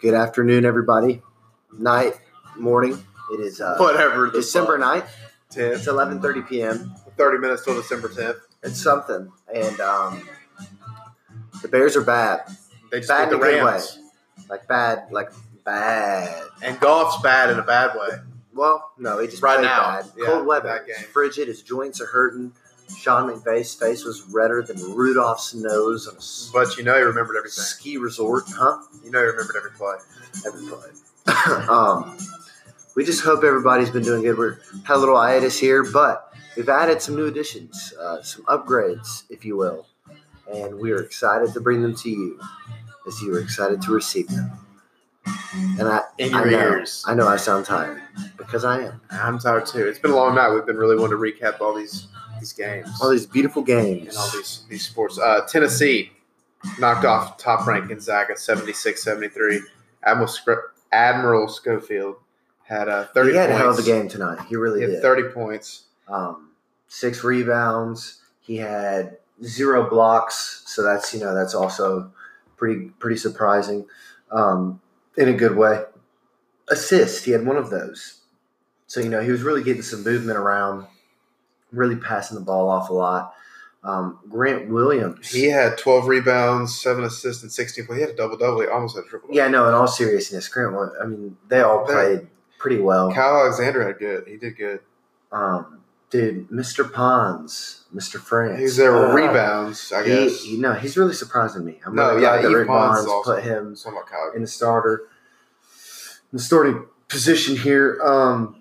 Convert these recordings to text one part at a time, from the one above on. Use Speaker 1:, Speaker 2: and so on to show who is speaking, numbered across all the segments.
Speaker 1: Good afternoon, everybody. Night, morning. It is uh,
Speaker 2: Whatever. the
Speaker 1: December 9th.
Speaker 2: fuck. 10th.
Speaker 1: It's 11:30 p.m.
Speaker 2: 30 minutes till December 10th.
Speaker 1: It's something, and um, the Bears are bad,
Speaker 2: They just
Speaker 1: Bad
Speaker 2: beat
Speaker 1: in
Speaker 2: the
Speaker 1: a good
Speaker 2: Rams.
Speaker 1: like bad, like bad.
Speaker 2: And golf's bad in a bad way.
Speaker 1: Well, no, they just
Speaker 2: Right
Speaker 1: played
Speaker 2: now,
Speaker 1: bad.
Speaker 2: yeah,
Speaker 1: Cold weather,
Speaker 2: that game.
Speaker 1: frigid. His joints are hurting. Sean McVay's face was redder than Rudolph's nose on a s-
Speaker 2: But you know he remembered everything.
Speaker 1: ski resort, huh?
Speaker 2: You know he remembered every play.
Speaker 1: everybody. um, we just hope everybody's been doing good. We're had a little hiatus here, but we've added some new additions, uh, some upgrades, if you will, and we are excited to bring them to you, as you are excited to receive them. And I,
Speaker 2: In
Speaker 1: I
Speaker 2: your
Speaker 1: know,
Speaker 2: ears.
Speaker 1: I know, I sound tired because I am.
Speaker 2: I'm tired too. It's been a long night. We've been really wanting to recap all these these games
Speaker 1: All these beautiful games.
Speaker 2: and all these these sports. Uh, Tennessee knocked off top ranked Gonzaga 76-73. Admiral, Scr- Admiral Schofield had uh, 30
Speaker 1: he had a
Speaker 2: points.
Speaker 1: hell of a game tonight. He really
Speaker 2: He had
Speaker 1: did.
Speaker 2: 30 points.
Speaker 1: um, six rebounds. He had zero blocks, so that's you know that's also pretty pretty surprising um, in a good way. Assist, he had one of those, so you know he was really getting some movement around, really passing the ball off a lot. Um, Grant Williams,
Speaker 2: He had 12 rebounds, 7 assists, and 16 points. He had a double-double. He almost had a triple-double.
Speaker 1: yeah, no, in all seriousness, Grant. Wil- I mean, they all
Speaker 2: They-
Speaker 1: played pretty well.
Speaker 2: Kyle Alexander had good. He did good.
Speaker 1: Um, dude, Mr. Pons, Mr. France,
Speaker 2: He's there
Speaker 1: uh,
Speaker 2: with rebounds, I
Speaker 1: He,
Speaker 2: guess.
Speaker 1: he- no, he's really surprising me. I'm
Speaker 2: No,
Speaker 1: really
Speaker 2: yeah,
Speaker 1: glad that
Speaker 2: Eve
Speaker 1: Rick
Speaker 2: Pons
Speaker 1: Bonds
Speaker 2: also-
Speaker 1: put him
Speaker 2: Something about Kyle.
Speaker 1: in the starter, in the starting position here. Um,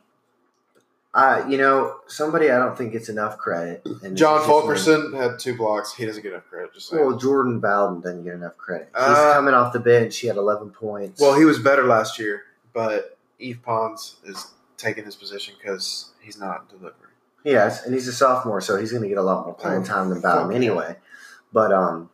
Speaker 1: I, you know, somebody I don't think gets enough credit. And
Speaker 2: John
Speaker 1: it's just-
Speaker 2: Fulkerson had two blocks. He doesn't get enough credit. Just saying.
Speaker 1: Well, Jordan Bowden doesn't get enough credit. He's
Speaker 2: Uh,
Speaker 1: coming off the bench. He had 11 points.
Speaker 2: Well, he was better last year, but Eve Pons is taking his position because he's not delivering.
Speaker 1: Yes, and he's a sophomore, so he's going to get a lot more
Speaker 2: Oh,
Speaker 1: playing time than Bowden
Speaker 2: Okay.
Speaker 1: anyway. But um,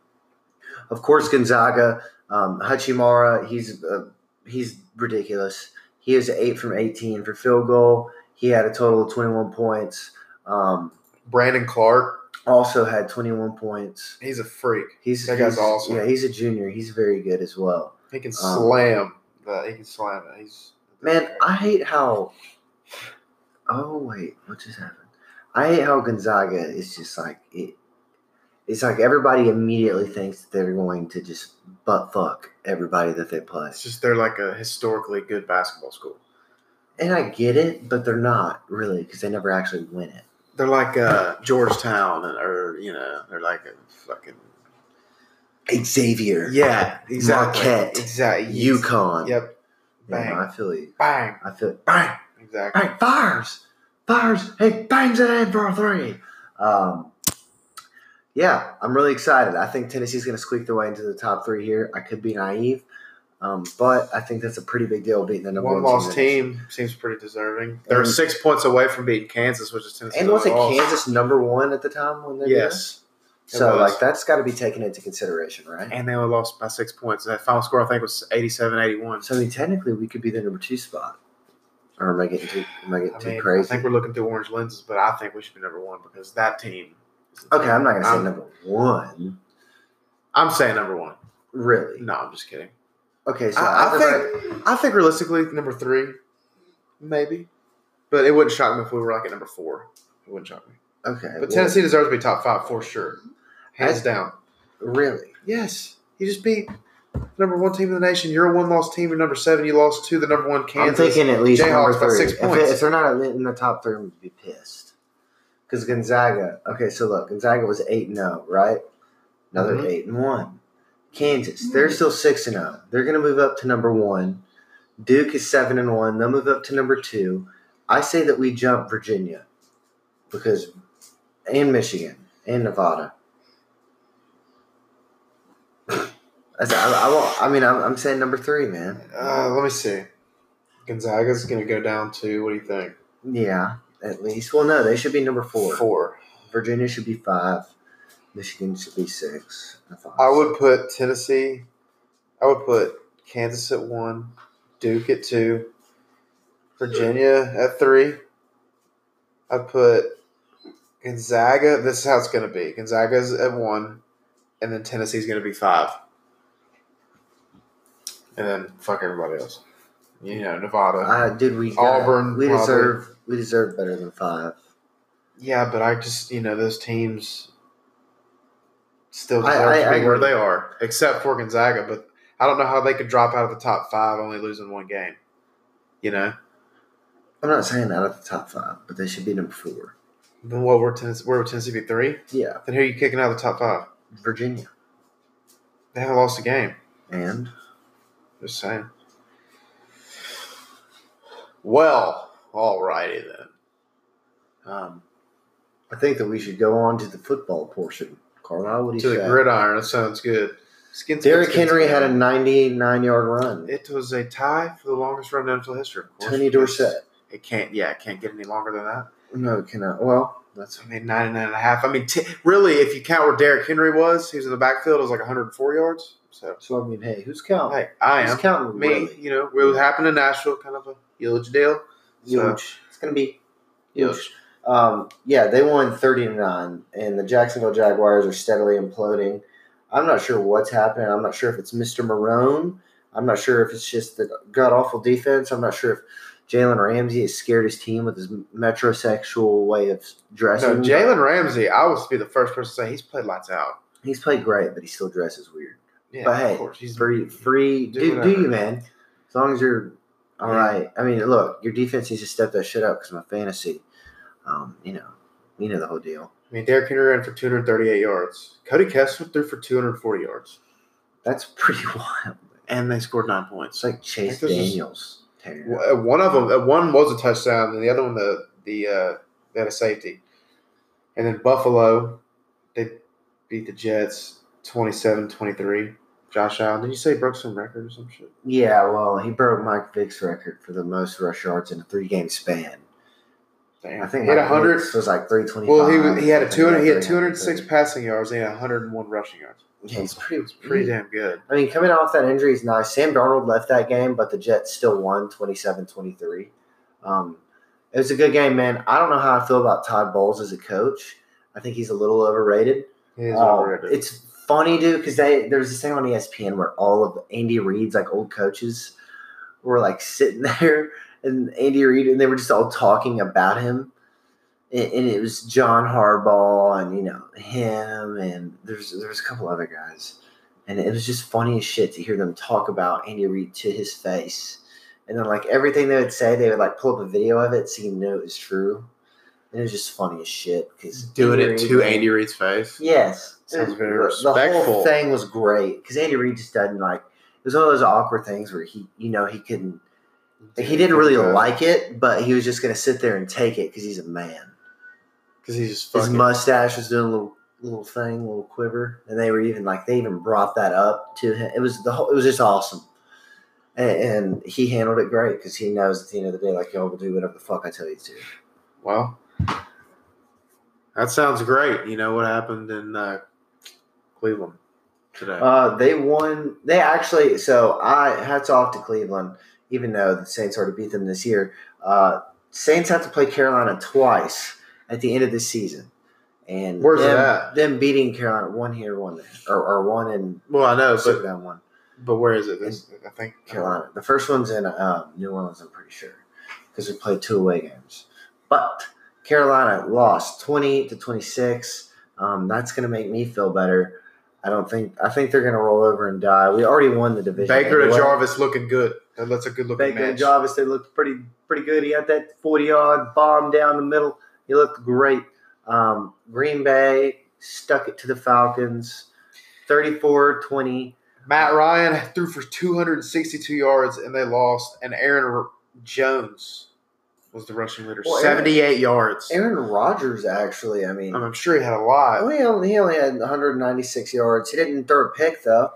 Speaker 1: of course, Gonzaga, um, Hachimara, he's uh, he's ridiculous. He is eight from eighteen for field goal. He had a total of twenty one points. Um,
Speaker 2: Brandon Clark,
Speaker 1: also had twenty one points.
Speaker 2: he's a freak.
Speaker 1: He's
Speaker 2: That guy's
Speaker 1: he's-
Speaker 2: awesome.
Speaker 1: Yeah, he's a junior. He's very good as well.
Speaker 2: He can
Speaker 1: Um,
Speaker 2: slam. The, he can slam it. He's
Speaker 1: Man, I hate how. Oh wait, what just happened? I hate how Gonzaga is just like it. It's like everybody immediately thinks that they're going to just butt fuck everybody that they play,
Speaker 2: it's just they're like a historically good basketball school.
Speaker 1: and I get it, but they're not really because they never actually win it.
Speaker 2: They're like uh, Georgetown, and, or you know, they're like a fucking
Speaker 1: Xavier,
Speaker 2: yeah, exactly,
Speaker 1: Marquette.
Speaker 2: exactly,
Speaker 1: UConn.
Speaker 2: Yep,
Speaker 1: Yeah,
Speaker 2: bang,
Speaker 1: I feel you.
Speaker 2: bang,
Speaker 1: I feel bang.
Speaker 2: exactly.
Speaker 1: Hey, fires! Fires! He bangs it in for a three. Um, yeah, I'm really excited. I think Tennessee's going to squeak their way into the top three here. I could be naive, um, but I think that's a pretty big deal beating the number one,
Speaker 2: One
Speaker 1: in
Speaker 2: lost
Speaker 1: the-
Speaker 2: team seems pretty deserving. They're
Speaker 1: And-
Speaker 2: six points away from beating Kansas, which is Tennessee.
Speaker 1: And wasn't Kansas number one at the time when they did it?
Speaker 2: Yes. it
Speaker 1: So
Speaker 2: was.
Speaker 1: like that's got to be taken into consideration, right?
Speaker 2: And they only lost by six points. That final score, I think, was 87 81.
Speaker 1: So I mean, technically, we could be the number two spot. Or am I getting too am I getting
Speaker 2: I,
Speaker 1: too
Speaker 2: mean, I
Speaker 1: crazy?
Speaker 2: think we're looking through orange lenses, but I think we should be number one because that team. is-
Speaker 1: okay, I'm not going to say
Speaker 2: I'm-
Speaker 1: number one,
Speaker 2: I'm saying number one.
Speaker 1: really.
Speaker 2: No, I'm just kidding.
Speaker 1: Okay, so
Speaker 2: I,
Speaker 1: at
Speaker 2: I
Speaker 1: the right-
Speaker 2: think, I think realistically, number three, maybe. But it wouldn't shock me if we were like at number four. It wouldn't shock me.
Speaker 1: okay,
Speaker 2: But
Speaker 1: well,
Speaker 2: Tennessee deserves to be top five for sure. Hands down.
Speaker 1: really.
Speaker 2: Yes. You just beat the number one team in the nation. You're a one loss team. You're number seven. You lost to the number one Kansas.
Speaker 1: I'm thinking at least
Speaker 2: Jayhawks
Speaker 1: number
Speaker 2: by
Speaker 1: three.
Speaker 2: six
Speaker 1: If,
Speaker 2: points.
Speaker 1: it- if they're not in the top three, I'm going to be pissed. Because Gonzaga, okay, so look, Gonzaga was 8 and 0, right? Now they're
Speaker 2: Mhm.
Speaker 1: 8 and 1. Kansas, they're still 6 and 0. They're going to move up to number 1. Duke is 7 and 1. They'll move up to number 2. I say that we jump Virginia because and Michigan and Nevada. That's, I, I, won't- I mean, I'm, I'm saying number three, man.
Speaker 2: Uh, let me see. Gonzaga's going to go down to what do you think?
Speaker 1: Yeah, at least. Well, no, they should be number four.
Speaker 2: Four.
Speaker 1: Virginia should be five. Michigan should be six. thought.
Speaker 2: I would put Tennessee. I would put Kansas at one, Duke at two, Virginia at three. I put Gonzaga. This is how it's going to be. Gonzaga's at one, and then Tennessee's going to be five, and then fuck everybody else. You know, Nevada.
Speaker 1: Uh, dude, we
Speaker 2: Auburn,
Speaker 1: We
Speaker 2: probably.
Speaker 1: deserve. We deserve better than five.
Speaker 2: Yeah, but I just you know those teams still
Speaker 1: I-
Speaker 2: deserve
Speaker 1: I-
Speaker 2: to be
Speaker 1: I
Speaker 2: where
Speaker 1: agree.
Speaker 2: they are, except for Gonzaga. But I don't know how they could drop out of the top five, only losing one game. You know,
Speaker 1: I'm not saying out of the top five, but they should be number four.
Speaker 2: then what? We're Tennessee. We're Tennessee be three.
Speaker 1: Yeah,
Speaker 2: Then who are you kicking out of the top five?
Speaker 1: Virginia
Speaker 2: They haven't lost a game.
Speaker 1: and
Speaker 2: Just saying. Well, alrighty then. Um,
Speaker 1: I think that we should go on to the football portion. Carlisle, what do you
Speaker 2: to the
Speaker 1: say?
Speaker 2: gridiron, that sounds good. Skins,
Speaker 1: Derrick Henry had a 99 yard run.
Speaker 2: It was a tie for the longest run in NFL history. of course,
Speaker 1: Tony
Speaker 2: because-
Speaker 1: Dorsett.
Speaker 2: It can't, yeah, it can't get any longer than that.
Speaker 1: No, it cannot. Well, that's
Speaker 2: I mean, nine and a half. I mean, t- really, if you count where Derrick Henry was, he was in the backfield, it was like 104 yards. So,
Speaker 1: so. I mean, hey, who's counting?
Speaker 2: hey, I
Speaker 1: who's
Speaker 2: am.
Speaker 1: counting?
Speaker 2: Me,
Speaker 1: really?
Speaker 2: you know, what happened in Nashville, kind of a huge deal.
Speaker 1: Huge. it's gonna be huge. Um, yeah, they won 30 to 9, and the Jacksonville Jaguars are steadily imploding. I'm not sure what's happening. I'm not sure if it's Mr. Marone. I'm not sure if it's just the god awful defense. I'm not sure if Jalen Ramsey has scared his team with his metrosexual way of
Speaker 2: So,
Speaker 1: dressing.
Speaker 2: Jalen Ramsey, I was be the first person to say he's played lights out.
Speaker 1: He's played great, but he still dresses weird.
Speaker 2: Yeah,
Speaker 1: But hey,
Speaker 2: of course. He's
Speaker 1: Free, free, do,
Speaker 2: Do
Speaker 1: do
Speaker 2: whatever.
Speaker 1: you, man? As long as you're all
Speaker 2: Yeah.
Speaker 1: right. I mean, look, your defense needs to step that shit up because my fantasy, um, you know, you know the whole deal.
Speaker 2: I mean, Derrick Henry ran for 238 yards. Cody Kessler threw for 240 yards.
Speaker 1: That's pretty wild.
Speaker 2: And they scored nine
Speaker 1: It's
Speaker 2: points.
Speaker 1: like Chase
Speaker 2: Like, this is-
Speaker 1: Daniels. tearing it up.
Speaker 2: Well, uh, One of them, uh, one was a touchdown, and the other one, the the uh, they had a safety. And then Buffalo, they beat the Jets 27-23. Josh Allen, did you say he broke some record or some shit?
Speaker 1: Yeah, well, he broke Mike Vick's record for the most rush yards in a three-game span.
Speaker 2: Damn,
Speaker 1: I think
Speaker 2: he had
Speaker 1: Mike
Speaker 2: hundred.
Speaker 1: Vick's was like three twenty-five.
Speaker 2: Well, he was, he had a two hundred. He had two hundred six
Speaker 1: 330.
Speaker 2: passing yards. And he had hundred and one rushing yards.
Speaker 1: Yeah, he's pretty.
Speaker 2: It's pretty damn good.
Speaker 1: I mean, coming off that injury is nice. Sam Darnold left that game, but the Jets still won 27-23. Um, it was a good game, man. I don't know how I feel about Todd Bowles as a coach. I think he's a little overrated.
Speaker 2: He is
Speaker 1: Oh,
Speaker 2: overrated.
Speaker 1: It's funny, dude, because they there was this thing on E ESPN where all of Andy Reid's like old coaches were like sitting there, and Andy Reid, and they were just all talking about him, and, and it was John Harbaugh, and you know him, and there's there was a couple other guys, and it was just funny as shit to hear them talk about Andy Reid to his face. And then, like everything they would say, they would like pull up a video of it so you knew it was true. And it was just funny as shit because
Speaker 2: Reid's face.
Speaker 1: Yes.
Speaker 2: Sounds
Speaker 1: It-
Speaker 2: very
Speaker 1: The
Speaker 2: respectful.
Speaker 1: whole thing was great because Andy Reid just doesn't like. It was one of those awkward things where he, you know, he couldn't. He didn't really like it, but he was just going to sit there and take it because he's a man.
Speaker 2: because he's just
Speaker 1: His
Speaker 2: fucking.
Speaker 1: mustache was doing a little little thing, little quiver, and they were even like they even brought that up to him. It was the whole. It was just awesome. And, and he handled it great because he knows at the end of the day, like y'all will do whatever the fuck I tell you to.
Speaker 2: Well, that sounds great. You know what happened in uh, Cleveland today?
Speaker 1: Uh, they won. They actually. So I hats off to Cleveland, even though the Saints already beat them this year. Uh, Saints have to play Carolina twice at the end of this season, and
Speaker 2: Where's
Speaker 1: them,
Speaker 2: it at?
Speaker 1: them beating Carolina one here, one there, or, or one in
Speaker 2: well, I know, but
Speaker 1: Superdome, one
Speaker 2: but where is it? This, I think
Speaker 1: Carolina. The first one's in uh, New Orleans, I'm pretty sure, because we played two away games. But Carolina lost twenty to twenty six. Um, that's going to make me feel better. I don't think I think they're going to roll over and die. We already won the division.
Speaker 2: Baker to
Speaker 1: anyway.
Speaker 2: Jarvis looking good. That- That's a good looking
Speaker 1: Baker
Speaker 2: match.
Speaker 1: and Jarvis, they looked pretty pretty good. He had that forty yard bomb down the middle. He looked great. Um, Green Bay stuck it to the Falcons, 34-20.
Speaker 2: Matt Ryan threw for 262 yards and they lost. And Aaron R- Jones was the rushing leader,
Speaker 1: Well, Aaron-
Speaker 2: 78 yards.
Speaker 1: Aaron Oh, Rodgers actually, I mean,
Speaker 2: I'm I'm sure he had a lot.
Speaker 1: Well, he only, he only had 196 yards. He didn't throw a pick though.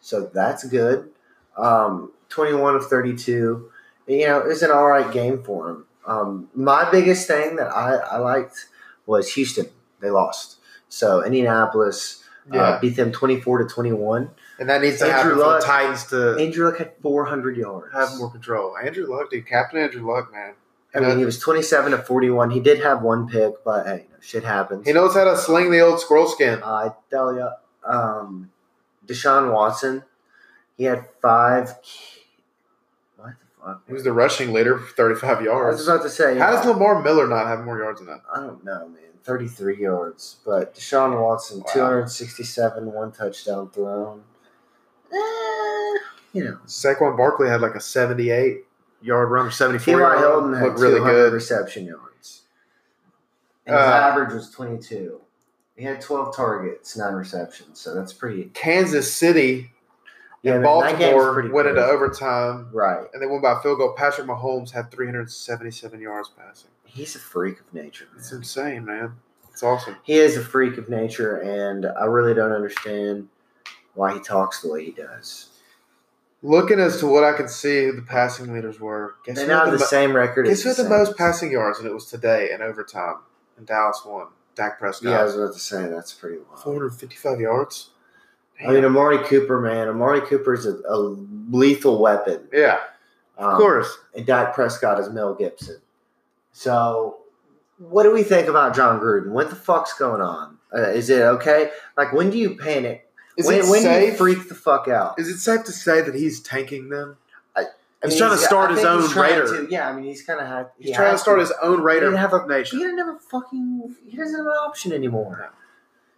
Speaker 1: so that's good. Um, 21 of 32, you know, it's an all right game for him. Um, my biggest thing that I, I liked was Houston. They lost. So Indianapolis
Speaker 2: Yeah,
Speaker 1: uh, beat them 24 to 21.
Speaker 2: and that needs to
Speaker 1: Andrew
Speaker 2: happen for
Speaker 1: Luck-
Speaker 2: the Titans to
Speaker 1: Andrew Luck had 400 yards.
Speaker 2: have more control. Andrew Luck, dude, Captain Andrew Luck, man.
Speaker 1: I mean, he was 27 to 41. He did have one pick, but hey, you know, shit happens.
Speaker 2: He knows how to sling the old squirrel skin.
Speaker 1: I tell you, um, Deshaun Watson, he had five. k- What the fuck?
Speaker 2: He was the rushing leader for 35
Speaker 1: I was
Speaker 2: yards.
Speaker 1: about to say.
Speaker 2: How
Speaker 1: uh,
Speaker 2: does Lamar Miller not have more yards than that?
Speaker 1: I don't know, man. 33 yards. But Deshaun Watson,
Speaker 2: Wow.
Speaker 1: 267, one touchdown thrown. Eh, you know.
Speaker 2: Saquon Barkley had like a 78 yard run, 74
Speaker 1: T.Y.
Speaker 2: yard
Speaker 1: Hilton
Speaker 2: run.
Speaker 1: had
Speaker 2: Looked really
Speaker 1: 200
Speaker 2: good.
Speaker 1: reception yards. And his
Speaker 2: Uh,
Speaker 1: average was 22. He had 12 targets, nine receptions. So that's pretty.
Speaker 2: Kansas City
Speaker 1: Yeah,
Speaker 2: and
Speaker 1: man, that game's
Speaker 2: Baltimore
Speaker 1: pretty
Speaker 2: went into
Speaker 1: crazy.
Speaker 2: overtime
Speaker 1: Right.
Speaker 2: and they won by a field goal. Patrick Mahomes had 377 yards passing.
Speaker 1: He's a freak of nature. man.
Speaker 2: It's insane, man. It's awesome.
Speaker 1: He is a freak of nature, and I really don't understand why he talks the way he does.
Speaker 2: Looking as to what I could see, who the passing leaders were. Guess
Speaker 1: They
Speaker 2: who
Speaker 1: now
Speaker 2: had
Speaker 1: have the
Speaker 2: mo-
Speaker 1: same record
Speaker 2: Guess
Speaker 1: as the
Speaker 2: who had the most
Speaker 1: Saints.
Speaker 2: passing yards? And it was today in overtime. And Dallas won. Dak Prescott.
Speaker 1: Yeah, I was about to say that's pretty wild.
Speaker 2: 455 yards.
Speaker 1: I mean, Amari Cooper, man, Amari Cooper is a, a lethal weapon.
Speaker 2: yeah,
Speaker 1: Um,
Speaker 2: of course.
Speaker 1: And Dak Prescott is Mel Gibson. So, what do we think about John Gruden? What the fuck's going on? Uh, is it okay? Like, when do you panic?
Speaker 2: Is
Speaker 1: when
Speaker 2: it
Speaker 1: when do you
Speaker 2: safe?
Speaker 1: freak the fuck out?
Speaker 2: Is it safe to say that he's tanking them?
Speaker 1: I-
Speaker 2: he's trying to start
Speaker 1: I
Speaker 2: his
Speaker 1: think he's
Speaker 2: own
Speaker 1: trying
Speaker 2: raider.
Speaker 1: to- yeah, I mean, he's kind of had.
Speaker 2: he's trying to start his own raider
Speaker 1: They have a- He
Speaker 2: nation.
Speaker 1: didn't have a fucking. He doesn't have an option anymore.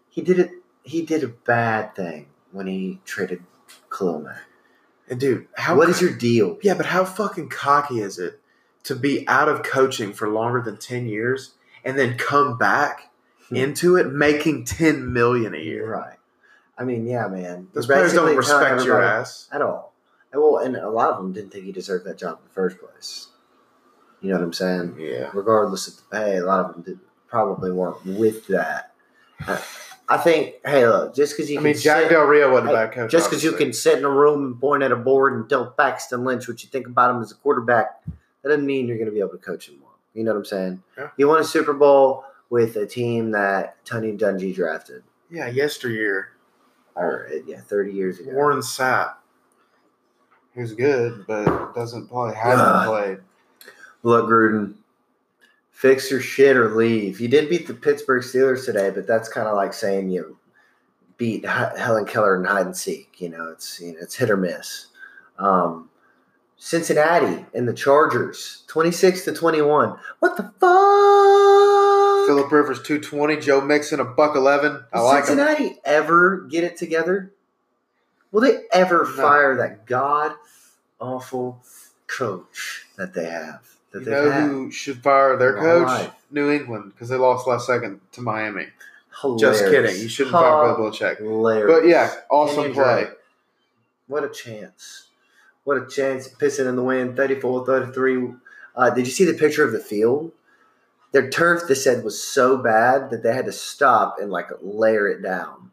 Speaker 1: He did it. He did a bad thing when he traded Khalil Mack.
Speaker 2: And dude, how
Speaker 1: What is your deal?
Speaker 2: yeah? But how fucking cocky is it to be out of coaching for longer than ten years and then come back
Speaker 1: Hmm.
Speaker 2: into it making ten million a
Speaker 1: You're
Speaker 2: year?
Speaker 1: right. I mean, yeah, man.
Speaker 2: Those
Speaker 1: You're
Speaker 2: players don't
Speaker 1: basically telling
Speaker 2: respect your
Speaker 1: everybody-
Speaker 2: ass.
Speaker 1: at all. And, Well, and a lot of them didn't think he deserved that job in the first place. You know what I'm saying?
Speaker 2: Yeah,
Speaker 1: Regardless of the pay, a lot of them did, probably weren't with that. I, I think. Hey, look, just because you
Speaker 2: I
Speaker 1: can
Speaker 2: mean Jack
Speaker 1: sit-
Speaker 2: Del Rio wasn't
Speaker 1: Hey,
Speaker 2: a bad coach.
Speaker 1: Just because you
Speaker 2: obviously.
Speaker 1: can sit in a room and point at a board and tell Paxton Lynch what you think about him as a quarterback, that doesn't mean you're going to be able to coach him well. You know what I'm saying?
Speaker 2: Yeah.
Speaker 1: You won a Super Bowl with a team that Tony Dungy drafted,
Speaker 2: yeah, yesteryear
Speaker 1: or uh, yeah, 30 years ago.
Speaker 2: Warren Sapp, who's good but doesn't play, hasn't
Speaker 1: Ugh.
Speaker 2: played.
Speaker 1: Look, Gruden, fix your shit or leave. You did beat the Pittsburgh Steelers today, but that's kind of like saying you beat H- Helen Keller in hide and seek. You know, it's you know, it's hit or miss. Um, Cincinnati and the Chargers, twenty six to twenty one. What the fuck?
Speaker 2: Philip Rivers 220, Joe Mixon a buck 11. I
Speaker 1: Will
Speaker 2: like him.
Speaker 1: Cincinnati ever get it together? Will they ever
Speaker 2: No.
Speaker 1: fire that god awful coach that they have? That
Speaker 2: You
Speaker 1: they've
Speaker 2: know
Speaker 1: had?
Speaker 2: who should fire their
Speaker 1: My
Speaker 2: coach?
Speaker 1: life.
Speaker 2: New England because they lost last second to Miami.
Speaker 1: Hilarious.
Speaker 2: Just kidding. You shouldn't fire Bill Belichick.
Speaker 1: Hilarious.
Speaker 2: But yeah, awesome
Speaker 1: Kenyon
Speaker 2: play.
Speaker 1: Drake. What a chance. What a chance. Pissing in the wind, 34 33. Uh, did you see the picture of the field? Their turf, they said, was so bad that they had to stop and like layer it down.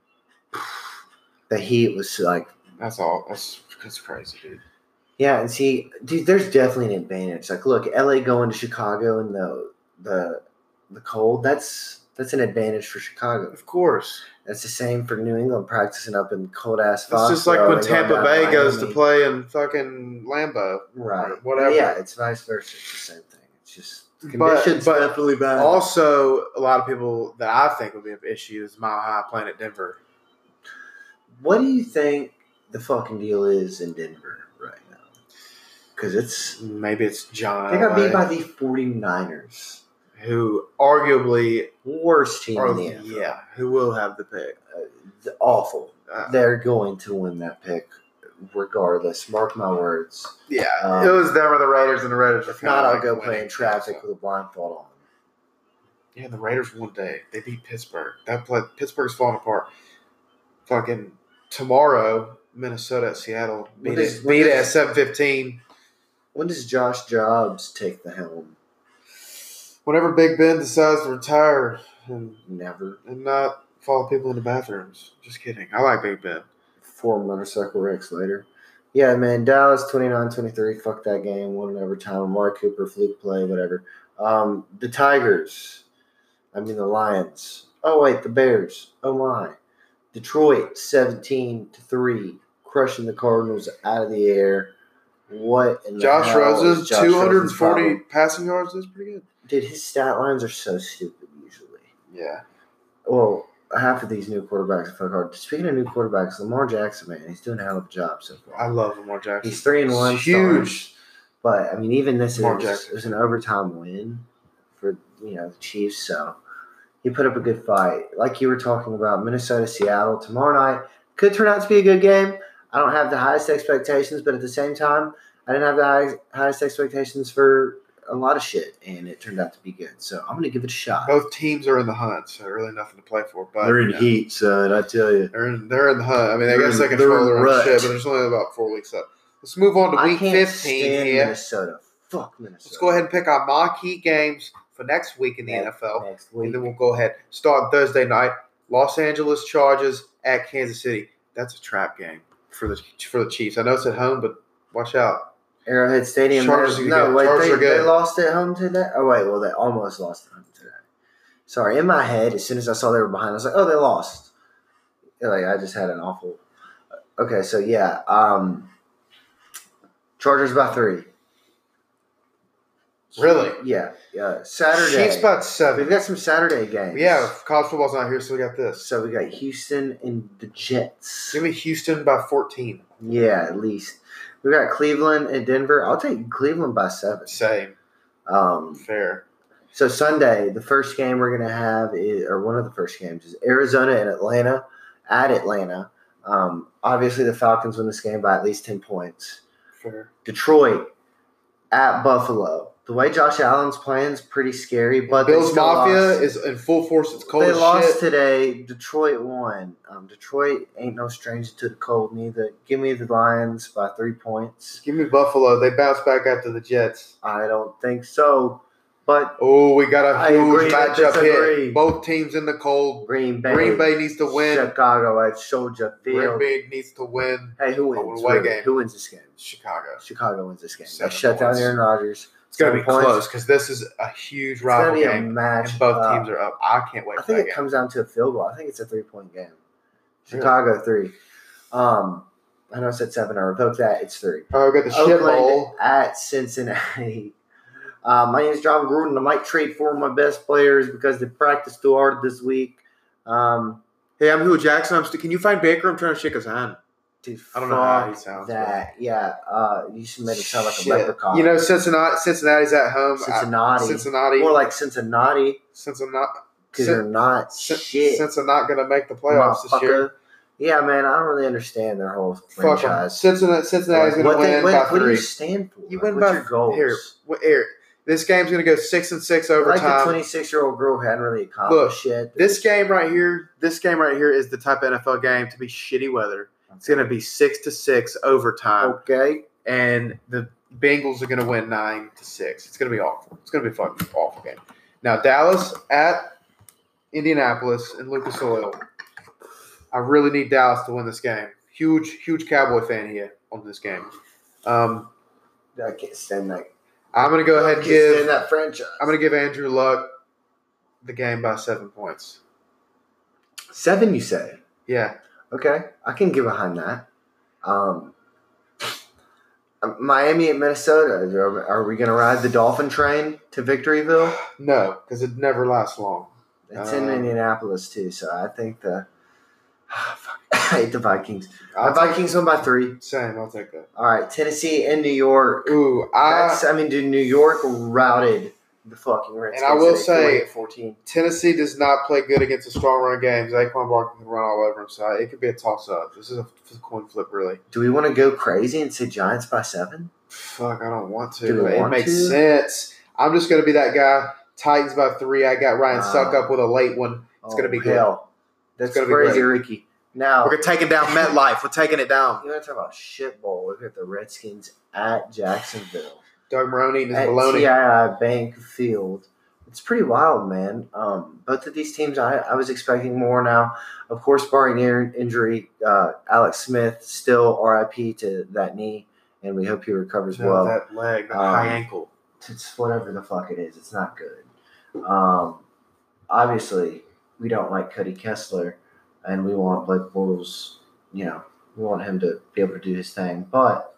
Speaker 1: The heat was like,
Speaker 2: That's all. That's, that's crazy, dude.
Speaker 1: yeah, and see, dude, there's definitely an advantage. Like, look, LA going to Chicago in the the the cold, that's that's an advantage for Chicago.
Speaker 2: Of course.
Speaker 1: That's the same for New England practicing up in cold ass.
Speaker 2: It's just like when Tampa Bay goes to play in fucking Lambo.
Speaker 1: right?
Speaker 2: whatever.
Speaker 1: Yeah, it's vice versa. It's the same thing. It's just
Speaker 2: But-
Speaker 1: conditions
Speaker 2: but
Speaker 1: definitely bad.
Speaker 2: Also, a lot of people that I think would be an issue is Mile High playing at Denver.
Speaker 1: what do you think the fucking deal is in Denver right now? Because it's
Speaker 2: Maybe it's John
Speaker 1: they got
Speaker 2: Elway,
Speaker 1: beat by the 49ers,
Speaker 2: who arguably
Speaker 1: worst team
Speaker 2: are,
Speaker 1: in the NFL.
Speaker 2: yeah, who will have the pick.
Speaker 1: Th- awful.
Speaker 2: Uh,
Speaker 1: They're going to win that pick, regardless. Mark my words.
Speaker 2: yeah,
Speaker 1: Um,
Speaker 2: it was them or the Raiders, and the Raiders. are
Speaker 1: If
Speaker 2: kinda
Speaker 1: not, I'll
Speaker 2: like
Speaker 1: go
Speaker 2: winning,
Speaker 1: play in traffic
Speaker 2: so.
Speaker 1: with a blindfold on.
Speaker 2: Yeah, the Raiders one day they beat Pittsburgh. That play Pittsburgh's falling apart. Fucking tomorrow, Minnesota at Seattle
Speaker 1: What
Speaker 2: beat
Speaker 1: is-
Speaker 2: it,
Speaker 1: what
Speaker 2: beat it
Speaker 1: is-
Speaker 2: at seven fifteen.
Speaker 1: When does Josh Jobs take the helm?
Speaker 2: Whenever Big Ben decides to retire and,
Speaker 1: Never.
Speaker 2: and not follow people in the bathrooms, just kidding. I like Big Ben.
Speaker 1: four motorcycle wrecks later. Yeah, man, Dallas 29-23, fuck that game, won in overtime. Amari Cooper, fluke play, whatever. Um, the Tigers, I mean the Lions. Oh wait, the Bears. Oh my. Detroit 17 to 3, crushing the Cardinals out of the air. What in the
Speaker 2: Josh
Speaker 1: hell is
Speaker 2: Rose's
Speaker 1: Josh
Speaker 2: two hundred and
Speaker 1: Rosen's
Speaker 2: forty
Speaker 1: problem?
Speaker 2: passing yards is pretty good.
Speaker 1: Dude, his stat lines are so stupid usually.
Speaker 2: Yeah.
Speaker 1: Well, half of these new quarterbacks are fucking hard. Speaking of new quarterbacks, Lamar Jackson, man, he's doing a hell of a job so
Speaker 2: I
Speaker 1: far.
Speaker 2: love Lamar Jackson.
Speaker 1: He's three and one.
Speaker 2: It's huge.
Speaker 1: But I mean, even this
Speaker 2: Lamar
Speaker 1: is
Speaker 2: Jackson.
Speaker 1: it was an overtime win for you know the Chiefs, so he put up a good fight. Like you were talking about, Minnesota Seattle tomorrow night could turn out to be a good game. I don't have the highest expectations, but at the same time, I didn't have the high, highest expectations for a lot of shit, and it turned out to be good. So I'm gonna give it a shot.
Speaker 2: Both teams are in the hunt, so really nothing to play for. But you know,
Speaker 1: heat, son. I tell you.
Speaker 2: They're in, they're in the hunt. I mean, I
Speaker 1: They're
Speaker 2: guess
Speaker 1: in-
Speaker 2: they
Speaker 1: they're in
Speaker 2: control their own
Speaker 1: rut.
Speaker 2: shit, but there's only about four weeks up. Let's move on to
Speaker 1: I
Speaker 2: week
Speaker 1: can't
Speaker 2: 15
Speaker 1: stand
Speaker 2: here.
Speaker 1: Minnesota. Fuck Minnesota.
Speaker 2: Let's go ahead and pick our marquee games for next week in the
Speaker 1: Next-
Speaker 2: NFL.
Speaker 1: next
Speaker 2: And
Speaker 1: week.
Speaker 2: then we'll go ahead. Start Thursday night. Los Angeles Chargers at Kansas City. That's a trap game for the for the Chiefs. I know it's at home, but watch out.
Speaker 1: Arrowhead Stadium.
Speaker 2: Chargers are
Speaker 1: no,
Speaker 2: good.
Speaker 1: wait,
Speaker 2: Chargers
Speaker 1: they,
Speaker 2: are good.
Speaker 1: they lost at home today. Oh wait, well they almost lost at home today. Sorry, in my head, as soon as I saw they were behind, I was like, oh, they lost. Like I just had an awful. Okay, so yeah, um, Chargers by three.
Speaker 2: Really?
Speaker 1: Yeah, yeah. Saturday.
Speaker 2: Chiefs about
Speaker 1: We've
Speaker 2: seven.
Speaker 1: got some Saturday games.
Speaker 2: Yeah, college football's not here, so we got this.
Speaker 1: So we got Houston and the Jets.
Speaker 2: Give me Houston by 14.
Speaker 1: Yeah, at least we got Cleveland and Denver. I'll take Cleveland by seven.
Speaker 2: Same.
Speaker 1: Um,
Speaker 2: Fair.
Speaker 1: So Sunday, the first game we're gonna have, is, or one of the first games, is Arizona and Atlanta at Atlanta. Um, obviously, the Falcons win this game by at least ten points.
Speaker 2: Fair.
Speaker 1: Detroit at Buffalo. The way Josh Allen's playing is pretty scary, but they
Speaker 2: Bills
Speaker 1: still
Speaker 2: Mafia
Speaker 1: lost.
Speaker 2: is in full force. It's cold
Speaker 1: they
Speaker 2: as
Speaker 1: lost
Speaker 2: shit.
Speaker 1: today. Detroit won. Um, Detroit ain't no stranger to the cold neither. Give me the Lions by three points.
Speaker 2: Give me Buffalo. They bounce back after the Jets.
Speaker 1: I don't think so, but
Speaker 2: Oh, we got a
Speaker 1: I agree
Speaker 2: huge
Speaker 1: to
Speaker 2: matchup
Speaker 1: disagree.
Speaker 2: here. Both teams in the cold.
Speaker 1: Green Bay.
Speaker 2: Green Bay needs to win.
Speaker 1: Chicago at Soldier Field.
Speaker 2: Green Bay needs to win.
Speaker 1: Hey, who
Speaker 2: Oh,
Speaker 1: wins?
Speaker 2: away
Speaker 1: Really?
Speaker 2: game.
Speaker 1: Who wins this game?
Speaker 2: Chicago.
Speaker 1: Chicago wins this game.
Speaker 2: Seven
Speaker 1: they shut down
Speaker 2: points.
Speaker 1: Aaron Rodgers.
Speaker 2: It's gonna
Speaker 1: Seven
Speaker 2: be
Speaker 1: points.
Speaker 2: close because this is a huge
Speaker 1: It's gonna
Speaker 2: rival
Speaker 1: be a
Speaker 2: game,
Speaker 1: match.
Speaker 2: and both
Speaker 1: up.
Speaker 2: teams are up. I can't wait
Speaker 1: I
Speaker 2: for
Speaker 1: think
Speaker 2: that
Speaker 1: it
Speaker 2: game.
Speaker 1: comes down to a field goal. I think it's a three point game.
Speaker 2: Really?
Speaker 1: Chicago three. Um, I know I said seven. I revoked that. It's three.
Speaker 2: Oh, we got the shit
Speaker 1: Oakland
Speaker 2: bowl.
Speaker 1: at Cincinnati. Uh, my name is John Gruden. I might trade four of my best players because they practiced too hard this week. Um,
Speaker 2: Hey, I'm Hugh Jackson. I'm st- can you find Baker? I'm trying to shake his hand.
Speaker 1: dude,
Speaker 2: I don't know how he
Speaker 1: fuck
Speaker 2: sounds, but-
Speaker 1: That yeah. Uh, you should make it sound like a
Speaker 2: Shit.
Speaker 1: leprechaun.
Speaker 2: You know, Cincinnati. Cincinnati's at home. I-
Speaker 1: Cincinnati.
Speaker 2: Cincinnati.
Speaker 1: More like Cincinnati
Speaker 2: Cincinnati.
Speaker 1: because
Speaker 2: Cin-
Speaker 1: they're not
Speaker 2: Cin-
Speaker 1: shit.
Speaker 2: Cincinnati going to make the playoffs this year.
Speaker 1: motherfucker. Yeah, man, I don't really understand their whole
Speaker 2: Fuck 'em.
Speaker 1: franchise.
Speaker 2: Cincinnati, Cincinnati's
Speaker 1: Like,
Speaker 2: going to win
Speaker 1: what,
Speaker 2: by
Speaker 1: what do
Speaker 2: three.
Speaker 1: you stand for?
Speaker 2: You
Speaker 1: Like,
Speaker 2: win
Speaker 1: what's
Speaker 2: by-
Speaker 1: your goals?
Speaker 2: Here, wh- here. This game's going to go six and six
Speaker 1: like the
Speaker 2: overtime.
Speaker 1: 26 year old girl hadn't really accomplished shit.
Speaker 2: this game right here, this game right here is the type of NFL game to be shitty weather. It's going to be six to six overtime,
Speaker 1: okay.
Speaker 2: and the Bengals are going to win nine to six. It's going to be awful. It's going to be a fucking awful game. Now Dallas at Indianapolis and Lucas Oil. I really need Dallas to win this game. Huge, huge Cowboy fan here on this game. Um,
Speaker 1: I can't stand that.
Speaker 2: I'm going to go ahead
Speaker 1: I
Speaker 2: and
Speaker 1: can't
Speaker 2: give.
Speaker 1: stand that franchise.
Speaker 2: I'm going to give Andrew Luck the game by seven points.
Speaker 1: seven. You say
Speaker 2: Yeah.
Speaker 1: okay? I can get behind that. Um, Miami at Minnesota. Are, are we going to ride the Dolphin train to Victoryville?
Speaker 2: No, because it never lasts long.
Speaker 1: It's
Speaker 2: Um,
Speaker 1: in Indianapolis too, so I think the fuck, I hate the Vikings.
Speaker 2: I'll
Speaker 1: The Vikings won by three.
Speaker 2: take- same. I'll take that.
Speaker 1: All right, Tennessee and New York.
Speaker 2: Ooh, I
Speaker 1: That's I mean, dude, New York routed the fucking Redskins.
Speaker 2: I will
Speaker 1: today,
Speaker 2: say-
Speaker 1: 48 fourteen.
Speaker 2: Tennessee does not play good against a strong run game. Saquon Barkley can run all over him, so it could be a toss up. This is a f- coin flip, really.
Speaker 1: Do we want to go crazy and say Giants by seven?
Speaker 2: Fuck, I don't want to.
Speaker 1: Do we
Speaker 2: but it
Speaker 1: want
Speaker 2: makes
Speaker 1: to?
Speaker 2: sense. I'm just gonna be that guy. Titans by three. I got Ryan
Speaker 1: Wow.
Speaker 2: Suck up with a late one.
Speaker 1: It's
Speaker 2: gonna be good.
Speaker 1: Oh, hell. That's
Speaker 2: It's gonna be
Speaker 1: crazy,
Speaker 2: great.
Speaker 1: Ricky. Now
Speaker 2: We're taking down MetLife. We're taking it down.
Speaker 1: you want to talk about shit bowl? We've got the Redskins at Jacksonville
Speaker 2: Doug Maroney and his
Speaker 1: at
Speaker 2: baloney.
Speaker 1: TII Bank Field. it's pretty wild, man. Um, both of these teams, I, I was expecting more now. Of course, barring ear injury, uh, Alex Smith still RIP to that knee, and we hope he recovers
Speaker 2: No,
Speaker 1: well.
Speaker 2: that leg, that
Speaker 1: um,
Speaker 2: high ankle.
Speaker 1: it's whatever the fuck it is. It's not good. Um, obviously, we don't like Cody Kessler, and we want Blake Bortles. You know, we want him to be able to do his thing. But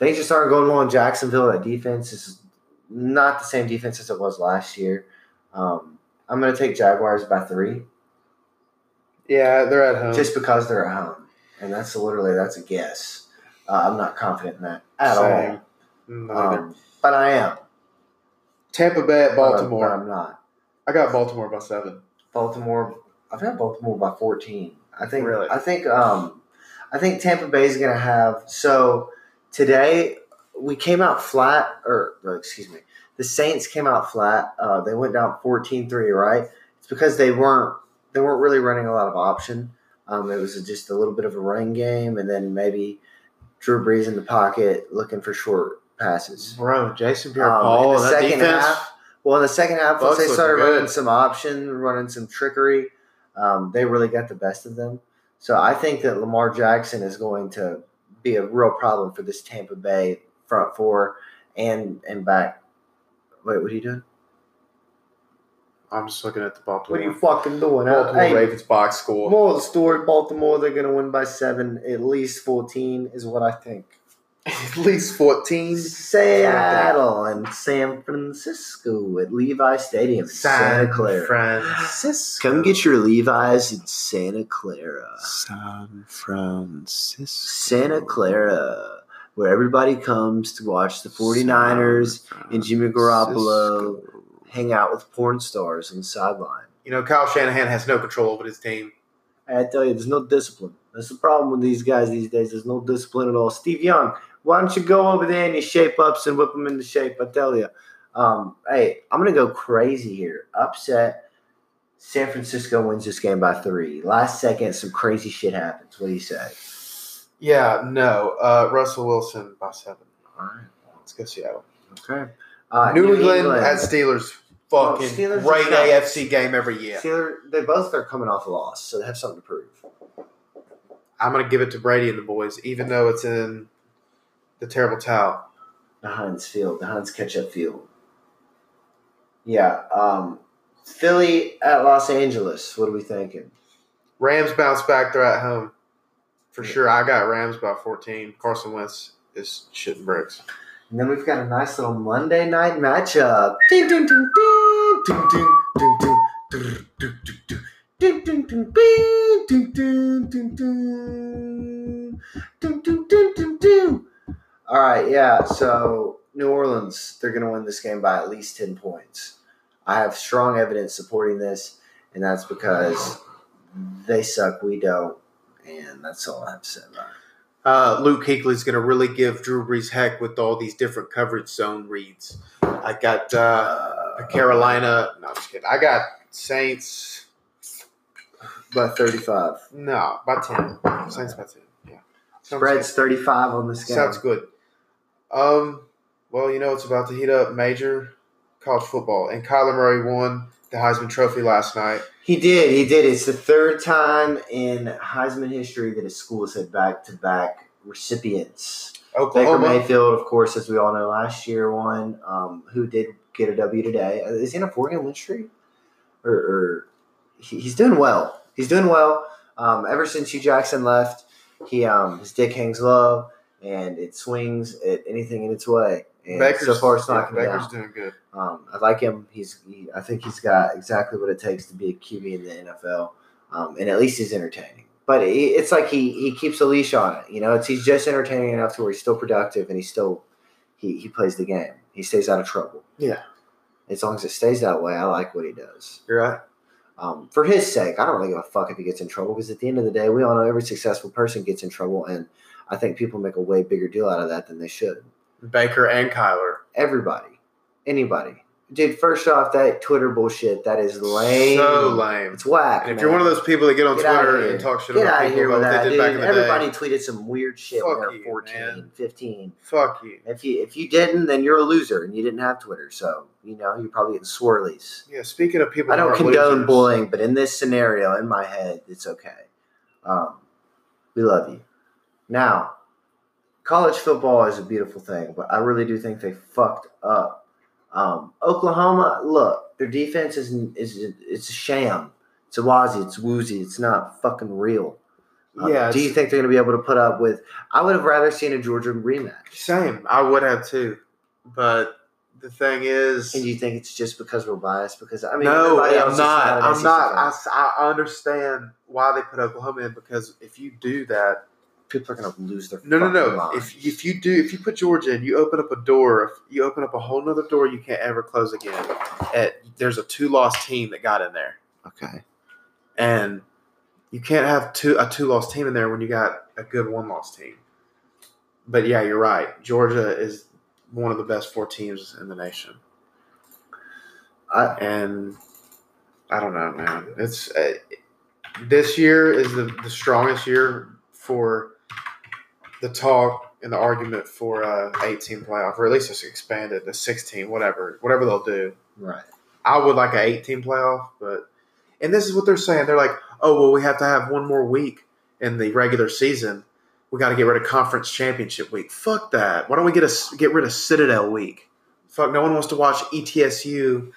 Speaker 1: things just aren't going well in Jacksonville. That defense is not the same defense as it was last year. Um, I'm going to take Jaguars by three,
Speaker 2: Yeah, they're at home.
Speaker 1: just because they're at home, and that's literally that's a guess. Uh, I'm not confident in that at
Speaker 2: Same.
Speaker 1: all.
Speaker 2: Neither.
Speaker 1: Um, but I am.
Speaker 2: Tampa Bay at
Speaker 1: But
Speaker 2: Baltimore.
Speaker 1: I'm not.
Speaker 2: I got Baltimore by seven.
Speaker 1: Baltimore. I've got Baltimore by fourteen. I think.
Speaker 2: Really?
Speaker 1: I think. Um, I think Tampa Bay is going to have. So today we came out flat, or uh, excuse me, the Saints came out flat. Uh, they went down 14-3, Right? It's because they weren't they weren't really running a lot of option. Um, it was just a little bit of a running game, and then maybe Drew Brees in the pocket looking for short passes.
Speaker 2: Bro, Jason
Speaker 1: Um,
Speaker 2: Pierre-Paul.
Speaker 1: in the
Speaker 2: that
Speaker 1: second
Speaker 2: defense.
Speaker 1: half, well, in the second half, once
Speaker 2: Bucks
Speaker 1: they
Speaker 2: looking
Speaker 1: started
Speaker 2: good.
Speaker 1: running some option, running some trickery, um, they really got the best of them. So I think that Lamar Jackson is going to be a real problem for this Tampa Bay front four and and back. Wait, what are you doing?
Speaker 2: I'm just looking at the Baltimore.
Speaker 1: fucking doing?
Speaker 2: Baltimore Ravens box score.
Speaker 1: moral of the story: Baltimore. They're going to win by seven, at least fourteen, is what I think.
Speaker 2: at least 14.
Speaker 1: Seattle and San Francisco at Levi Stadium, in Santa Clara.
Speaker 2: Francisco.
Speaker 1: Come get your Levi's in Santa Clara.
Speaker 2: San Francisco.
Speaker 1: Santa Clara, where everybody comes to watch the 49ers and Jimmy Garoppolo hang out with porn stars on the sideline.
Speaker 2: You know, Kyle Shanahan has no control over his team.
Speaker 1: I tell you, there's no discipline. That's the problem with these guys these days. There's no discipline at all. Steve Young, why don't you go over there and you shape ups and whip them into shape? I tell you. Um, hey, I'm going to go crazy here. Upset. San Francisco wins this game by three. Last second, some crazy shit happens. What do you say?
Speaker 2: Yeah, no. Uh, Russell Wilson by seven.
Speaker 1: All right.
Speaker 2: Let's go Seattle.
Speaker 1: Okay. Uh,
Speaker 2: New, England, at Steelers.
Speaker 1: Oh,
Speaker 2: Fucking
Speaker 1: Steelers are
Speaker 2: great
Speaker 1: nuts.
Speaker 2: AFC game every year.
Speaker 1: Steeler, they both are coming off a loss, so they have something to prove.
Speaker 2: I'm gonna give it to Brady and the boys, even though it's in the terrible towel.
Speaker 1: The Heinz Field, the Heinz Ketchup Field. Yeah. Um, Philly at Los Angeles. What are we thinking?
Speaker 2: Rams bounce back. They're at home for
Speaker 1: Yeah.
Speaker 2: sure. I got Rams by 14. Carson Wentz is shitting bricks.
Speaker 1: And then we've got a nice little Monday night matchup. Ding, ding, ding, ding, ding, ding, ding, ding, drr, ding, ding, ding. Ding, ding, ding, bing, ding, ding, ding, ding. Ding, ding, ding, ding, ding. All right, yeah. So New Orleans, they're going to win this game by at least 10 points. I have strong evidence supporting this, and that's because they suck, we don't, and that's all I have to say about it.
Speaker 2: Uh, Luke Kuechly's gonna really give Drew Brees heck with all these different coverage zone reads. I got uh,
Speaker 1: Uh,
Speaker 2: Carolina. No, I'm just kidding. I got Saints.
Speaker 1: by 35.
Speaker 2: No, by 10. Saints by 10. Yeah. Sounds
Speaker 1: Spread's 35 on this game.
Speaker 2: Sounds good. Um, well, you know it's about to heat up major college football, and Kyler Murray won the Heisman Trophy last night.
Speaker 1: He did. He did. It's the third time in Heisman history that a school has had back to back recipients. Baker
Speaker 2: Oklahoma,
Speaker 1: Mayfield, of course, as we all know, last year won. Um, who did get a W today? Uh, Is he in a four game win streak? Or, or he, he's doing well. He's doing well. Um, ever since Hugh Jackson left, he um, his dick hangs low and it swings at anything in its way. And so far, it's not
Speaker 2: yeah,
Speaker 1: going
Speaker 2: Baker's
Speaker 1: down.
Speaker 2: doing good.
Speaker 1: Um, I like him. He's. He, I think he's got exactly what it takes to be a QB in the NFL, um, and at least he's entertaining. But it, it's like he he keeps a leash on it. You know, it's he's just entertaining enough to where he's still productive and he's still he he plays the game. He stays out of trouble.
Speaker 2: Yeah.
Speaker 1: As long as it stays that way, I like what he does.
Speaker 2: You're right.
Speaker 1: Um, for his sake, I don't really give a fuck if he gets in trouble because at the end of the day, we all know every successful person gets in trouble, and I think people make a way bigger deal out of that than they should
Speaker 2: Baker and Kyler.
Speaker 1: everybody, anybody. dude. First off, that Twitter bullshit that is lame.
Speaker 2: So lame.
Speaker 1: It's whack.
Speaker 2: And if
Speaker 1: man.
Speaker 2: you're one of those people that get on
Speaker 1: Get outta
Speaker 2: Twitter
Speaker 1: here.
Speaker 2: and talk shit
Speaker 1: Get
Speaker 2: about
Speaker 1: out of
Speaker 2: people
Speaker 1: here with
Speaker 2: about what
Speaker 1: that,
Speaker 2: they did
Speaker 1: dude.
Speaker 2: back in the
Speaker 1: Everybody
Speaker 2: day,
Speaker 1: tweeted some weird shit when
Speaker 2: Fuck
Speaker 1: they were
Speaker 2: you,
Speaker 1: 14,
Speaker 2: man.
Speaker 1: 15.
Speaker 2: fuck you.
Speaker 1: If you if you didn't, then you're a loser and you didn't have Twitter. So you know you're probably getting swirlies.
Speaker 2: Yeah, speaking of people,
Speaker 1: I don't
Speaker 2: who are
Speaker 1: condone
Speaker 2: losers,
Speaker 1: bullying, but in this scenario, in my head, it's okay. Um, we love you. Now, college football is a beautiful thing, but I really do think they fucked up. Um, Oklahoma, look, their defense is is it's a sham. It's a wazi. It's woozy. It's not fucking real. Uh,
Speaker 2: Yeah,
Speaker 1: do you
Speaker 2: it's-
Speaker 1: think they're going to be able to put up with? I would have rather seen a Georgia rematch.
Speaker 2: Same, I would have too, but the thing is,
Speaker 1: And do you think it's just because we're biased? Because I mean,
Speaker 2: no,
Speaker 1: everybody else
Speaker 2: I'm
Speaker 1: is
Speaker 2: not.
Speaker 1: an
Speaker 2: I'm
Speaker 1: SEC
Speaker 2: not.
Speaker 1: fan.
Speaker 2: I s- I, understand why they put Oklahoma in because if you do that,
Speaker 1: people are going to lose their
Speaker 2: no, no,
Speaker 1: fucking
Speaker 2: no.
Speaker 1: mind.
Speaker 2: If if you do, if you put Georgia in, you open up a door. If you open up a whole nother door, you can't ever close again. At, there's a two loss team that got in there,
Speaker 1: Okay.
Speaker 2: and you can't have two a two loss team in there when you got a good one loss team. But yeah, you're right. Georgia is one of the best four teams in the nation.
Speaker 1: I,
Speaker 2: and I don't know, man. It's uh, this year is the, the strongest year for the talk and the argument for a 18 playoff, or at least it's expanded to 16, whatever, whatever they'll do.
Speaker 1: right.
Speaker 2: I would like an 18 playoff, but and this is what they're saying. They're like, oh well, we have to have one more week in the regular season. We got to get rid of conference championship week. Fuck that. Why don't we get a get rid of Citadel week? Fuck. No one wants to watch E ETSU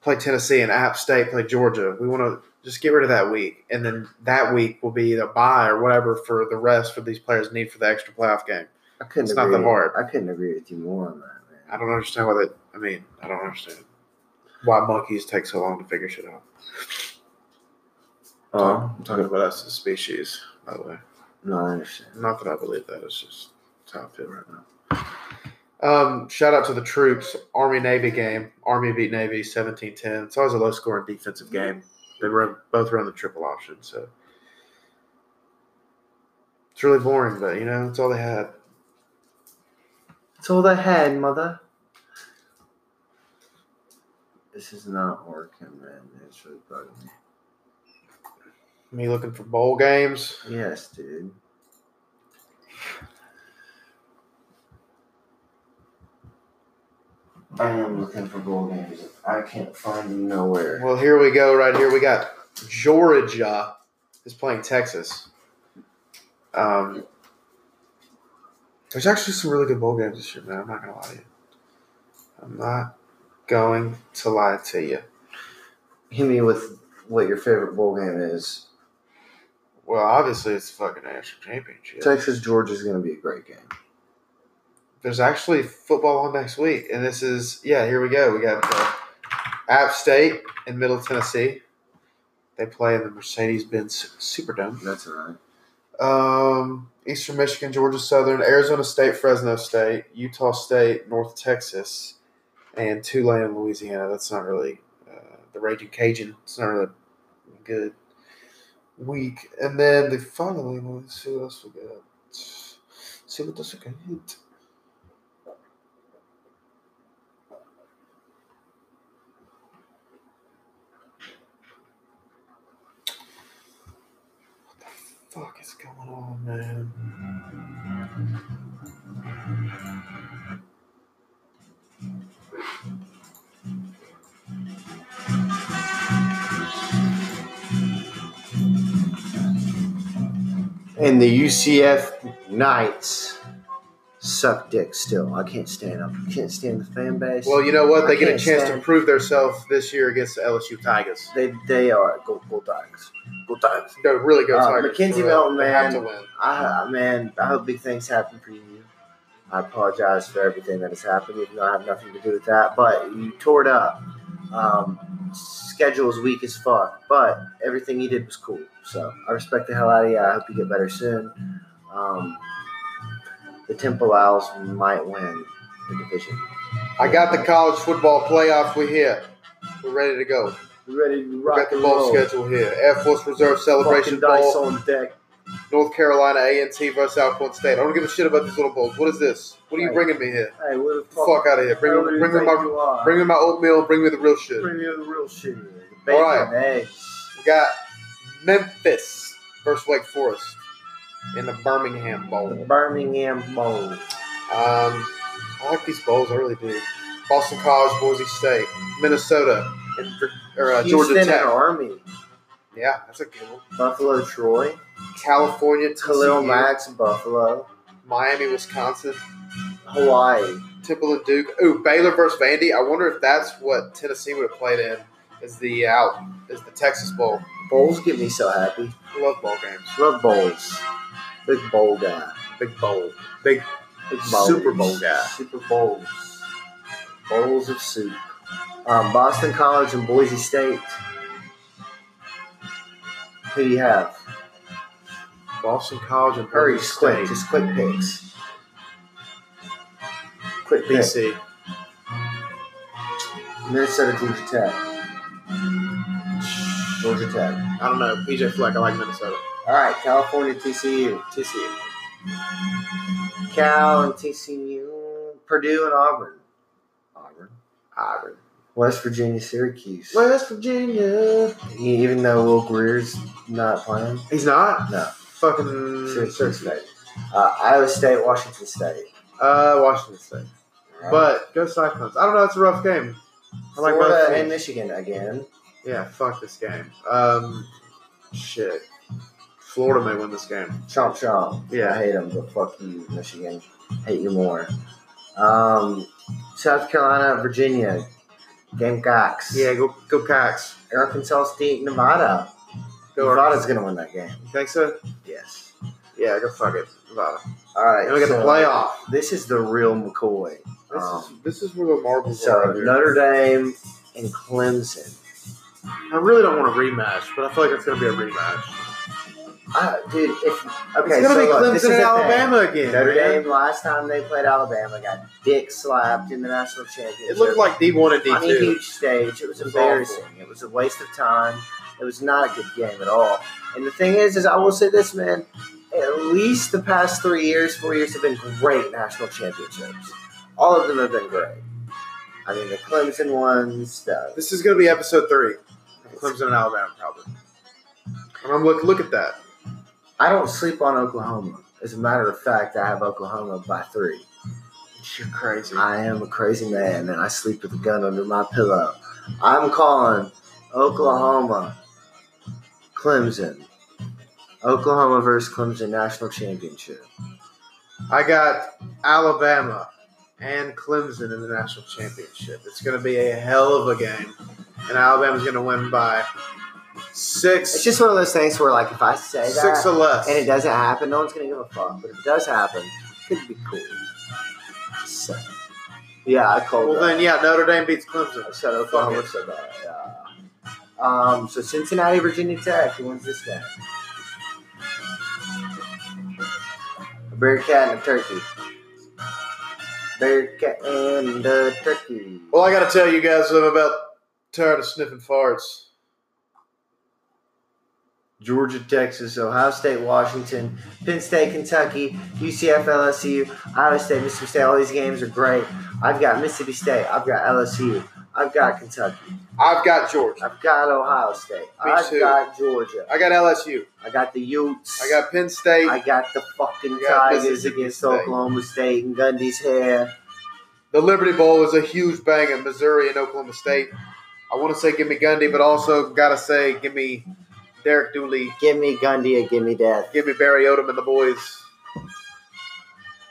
Speaker 2: play Tennessee and App State play Georgia. We want to just get rid of that week, and then that week will be the bye or whatever for the rest for these players need for the extra playoff game.
Speaker 1: I couldn't
Speaker 2: It's not
Speaker 1: agree.
Speaker 2: that hard.
Speaker 1: I couldn't agree with you more on that, man.
Speaker 2: I don't understand why that. I mean, I don't understand why monkeys take so long to figure shit out.
Speaker 1: Oh,
Speaker 2: Um, I'm talking about us as a species, by the way.
Speaker 1: Um, no, I understand.
Speaker 2: Not that I believe that. It's just it's how I feel right now. Um, shout out to the troops. Army Navy game. Army beat Navy 17 10. It's always a low scoring defensive game. They run, both run the triple option. So it's really boring, but you know, it's all they had.
Speaker 1: It's all they had, mother. This is not working, man. It's really bugging me.
Speaker 2: Me looking for bowl games.
Speaker 1: Yes, dude. I am looking for bowl games. I can't find them nowhere.
Speaker 2: Well, here we go. Right here, we got Georgia is playing Texas. Um, there's actually some really good bowl games this year, man. I'm not gonna lie to you. I'm not going to lie to you.
Speaker 1: Hit me with what your favorite bowl game is.
Speaker 2: Well, obviously, it's the fucking national championship.
Speaker 1: Texas Georgia is going to be a great game.
Speaker 2: There's actually football on next week, and this is yeah. Here we go. We got uh, App State and Middle Tennessee. They play in the Mercedes-Benz Superdome.
Speaker 1: That's all right.
Speaker 2: Um, Eastern Michigan, Georgia Southern, Arizona State, Fresno State, Utah State, North Texas, and Tulane, Louisiana. That's not really uh, the Raging Cajun. It's not really a good week. And then the following, let's see what else we got. see what else we got. fuck is going on, man?
Speaker 1: And the UCF Knights suck dick still. I can't stand them. I can't stand the fan base.
Speaker 2: Well, you know what? They
Speaker 1: I
Speaker 2: get a
Speaker 1: can't
Speaker 2: chance to
Speaker 1: stand-
Speaker 2: prove themselves this year against the LSU Tigers.
Speaker 1: they they are go go Tigers. Go Tigers.
Speaker 2: Go, really go
Speaker 1: Uh,
Speaker 2: Tigers.
Speaker 1: Mackenzie
Speaker 2: for real.
Speaker 1: Milton,
Speaker 2: They have
Speaker 1: man.
Speaker 2: to win.
Speaker 1: I I- man, I hope big things happen for you. I apologize for everything that has happened, even though I have nothing to do with that. But you tore it up. Um, schedule is weak as fuck, but everything you did was cool. So I respect the hell out of you. I hope you get better soon. Um, the Temple Owls might win the division.
Speaker 2: I got the college football playoff. We're here. We're ready to go.
Speaker 1: We ready to
Speaker 2: We
Speaker 1: rock
Speaker 2: got the
Speaker 1: and
Speaker 2: bowl
Speaker 1: roll.
Speaker 2: schedule here. Air Force Reserve
Speaker 1: Fucking
Speaker 2: Celebration
Speaker 1: dice
Speaker 2: Bowl.
Speaker 1: on deck.
Speaker 2: North Carolina A&T versus Alcorn State. I don't give a shit about these little bowls. What is this? What are you bringing me here?
Speaker 1: Hey, where the
Speaker 2: Get the fuck out of here. Bring,
Speaker 1: where do
Speaker 2: me,
Speaker 1: you
Speaker 2: bring, me
Speaker 1: think
Speaker 2: my,
Speaker 1: you are?
Speaker 2: bring me my oatmeal. Bring me the real shit.
Speaker 1: Bring me the real shit. The bacon,
Speaker 2: Alright.
Speaker 1: eggs.
Speaker 2: We got Memphis versus Wake Forest in the Birmingham
Speaker 1: The
Speaker 2: Bowl.
Speaker 1: Birmingham Bowl.
Speaker 2: Um, I like these bowls. I really do. Boston College, Boise State, Minnesota, and Vir- or, uh,
Speaker 1: Houston
Speaker 2: Georgia
Speaker 1: and
Speaker 2: Tech.
Speaker 1: Army.
Speaker 2: Yeah, that's a good one.
Speaker 1: Buffalo Troy.
Speaker 2: California,
Speaker 1: Khalil
Speaker 2: TCU,
Speaker 1: Max, Buffalo.
Speaker 2: Miami, Wisconsin,
Speaker 1: Hawaii.
Speaker 2: Temple and Duke. Ooh, Baylor versus Vandy. I wonder if that's what Tennessee would have played in. Is the out? Is the Texas Bowl?
Speaker 1: Bowls get me so happy.
Speaker 2: I love bowl games.
Speaker 1: Love bowls. Big bowl guy.
Speaker 2: Big bowl. Big
Speaker 1: Big
Speaker 2: Super Bowl guy.
Speaker 1: Super Bowls. Bowls of soup. Um, Boston College and Boise State. Who do you have?
Speaker 2: Boston College and
Speaker 1: Hurry,
Speaker 2: Hurry
Speaker 1: just quick.
Speaker 2: State.
Speaker 1: Just quick picks. Quick pick.
Speaker 2: BC.
Speaker 1: Minnesota, Georgia Tech. Georgia Tech.
Speaker 2: I don't know. PJ Fleck. I like Minnesota.
Speaker 1: All right, California, TCU.
Speaker 2: TCU.
Speaker 1: Cal and TCU. Purdue and Auburn. Auburn.
Speaker 2: Auburn.
Speaker 1: West Virginia, Syracuse. E,
Speaker 2: West Virginia.
Speaker 1: Even though Will Greer's not playing.
Speaker 2: He's not.
Speaker 1: No.
Speaker 2: Fucking.
Speaker 1: Syracuse State. Uh, Iowa State, Washington State.
Speaker 2: Uh, Washington State.
Speaker 1: All right.
Speaker 2: But go Cyclones. I don't know. It's a rough game. I like both
Speaker 1: Florida
Speaker 2: teams.
Speaker 1: and Michigan again.
Speaker 2: Yeah. Fuck this game. Um. Shit. Florida may win this game.
Speaker 1: Chomp chomp. I
Speaker 2: Yeah.
Speaker 1: hate them, but fuck you, Michigan. Hate you more. Um, South Carolina, Virginia. Gamecocks.
Speaker 2: Yeah. Go. Go Cax.
Speaker 1: Arkansas State, Nevada.
Speaker 2: Go
Speaker 1: Nevada's
Speaker 2: Arkansas.
Speaker 1: going to win that game.
Speaker 2: You think so?
Speaker 1: Yes.
Speaker 2: Yeah. Go fuck it. Nevada.
Speaker 1: All right.
Speaker 2: And we got
Speaker 1: so
Speaker 2: the playoff.
Speaker 1: This is the real McCoy.
Speaker 2: This
Speaker 1: Um,
Speaker 2: is this is where the marbles
Speaker 1: so
Speaker 2: are. right here.
Speaker 1: Notre Dame and Clemson.
Speaker 2: I really don't want a rematch, but I feel like it's gonna be a rematch.
Speaker 1: I, dude, if, okay,
Speaker 2: it's gonna
Speaker 1: so
Speaker 2: be
Speaker 1: look, this
Speaker 2: Clemson
Speaker 1: is
Speaker 2: and
Speaker 1: the thing.
Speaker 2: Alabama again.
Speaker 1: Notre
Speaker 2: man.
Speaker 1: Dame last time they played Alabama got dick slapped in the national championship.
Speaker 2: It looked like D one and D
Speaker 1: on a
Speaker 2: two.
Speaker 1: huge stage. It was
Speaker 2: It was
Speaker 1: embarrassing. It was a waste of time. It was not a good game at all. And the thing is, is I will say this, man. At least the past three years, four years have been great national championships. All of them have been great. I mean, the Clemson ones, the
Speaker 2: This is gonna be episode three. Clemson and Alabama probably. And I'm look look at that.
Speaker 1: I don't sleep on Oklahoma. As a matter of fact, I have Oklahoma by three.
Speaker 2: You're crazy.
Speaker 1: I am a crazy man and I sleep with a gun under my pillow. I'm calling Oklahoma, Clemson, Oklahoma versus Clemson National Championship.
Speaker 2: I got Alabama and Clemson in the national championship. It's gonna be a hell of a game. And Alabama's gonna win by six
Speaker 1: It's just one of those things where, like, if I say
Speaker 2: six
Speaker 1: that
Speaker 2: or less.
Speaker 1: and it doesn't happen, no one's gonna give a fuck. But if it does happen, it could be cool. Just saying. yeah, I called.
Speaker 2: well
Speaker 1: that.
Speaker 2: then yeah, Notre Dame beats Clemson.
Speaker 1: I said Oklahoma said that. Yeah. Um, so Cincinnati, Virginia Tech. Who wins this game? A bear cat and a turkey. Bear cat and a turkey.
Speaker 2: Well, I got to tell you guys, I'm about tired of sniffing farts.
Speaker 1: Georgia, Texas, Ohio State, Washington, Penn State, Kentucky, UCF, LSU, Iowa State, Mississippi State. All these games are great. I've got Mississippi State. I've got LSU. I've got Kentucky.
Speaker 2: I've got Georgia.
Speaker 1: I've got Ohio State.
Speaker 2: Me
Speaker 1: I've
Speaker 2: too.
Speaker 1: got Georgia.
Speaker 2: I got LSU.
Speaker 1: I got the Utes.
Speaker 2: I got Penn State.
Speaker 1: I got the fucking
Speaker 2: I got
Speaker 1: Tigers
Speaker 2: Mississippi
Speaker 1: against
Speaker 2: State.
Speaker 1: Oklahoma State and Gundy's hair.
Speaker 2: the Liberty Bowl is a huge bang in Missouri and Oklahoma State. I want to say give me Gundy, but also gotta say give me Derek Dooley,
Speaker 1: Give me Gundy or give me death.
Speaker 2: give me Barry Odom and the boys.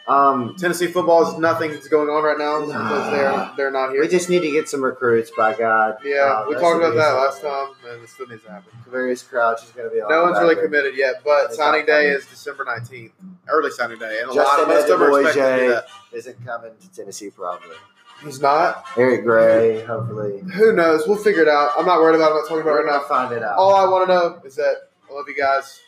Speaker 1: Um,
Speaker 2: Tennessee football is nothing that's going on right now because they're they're not
Speaker 1: we
Speaker 2: here.
Speaker 1: just need to get some recruits, by God.
Speaker 2: Yeah,
Speaker 1: Uh,
Speaker 2: we
Speaker 1: that's
Speaker 2: talked about
Speaker 1: amazing.
Speaker 2: that last time, and it still needs to happen.
Speaker 1: Kavarius Crouch is going to be on.
Speaker 2: No one's
Speaker 1: that
Speaker 2: really
Speaker 1: big.
Speaker 2: committed yet, but
Speaker 1: It's
Speaker 2: signing
Speaker 1: not
Speaker 2: day
Speaker 1: coming.
Speaker 2: is December nineteenth, early signing day, and a lot
Speaker 1: Justin
Speaker 2: of most of them are expecting to do
Speaker 1: Adeboye
Speaker 2: that.
Speaker 1: isn't coming to Tennessee, probably.
Speaker 2: He's not.
Speaker 1: Eric Gray, hopefully.
Speaker 2: Who knows? We'll figure it out. I'm not worried about. It. I'm not talking about
Speaker 1: We're
Speaker 2: it
Speaker 1: going
Speaker 2: right
Speaker 1: to
Speaker 2: now.
Speaker 1: find it out.
Speaker 2: All I want to know is that I love you guys.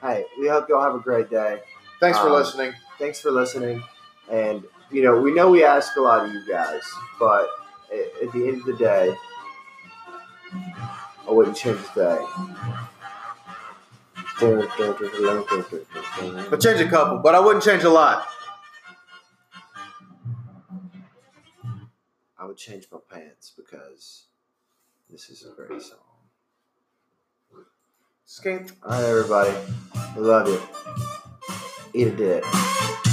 Speaker 1: Hey, we hope y'all have a great day.
Speaker 2: Thanks for
Speaker 1: Um,
Speaker 2: listening.
Speaker 1: Thanks for listening. And, you know, we know we ask a lot of you guys, but at, at the end of the day, I wouldn't change a thing.
Speaker 2: I'll change a couple, but I wouldn't change a lot.
Speaker 1: I would change my pants because this is a great song.
Speaker 2: Skate.
Speaker 1: All right, everybody. I love you. Eat a dick.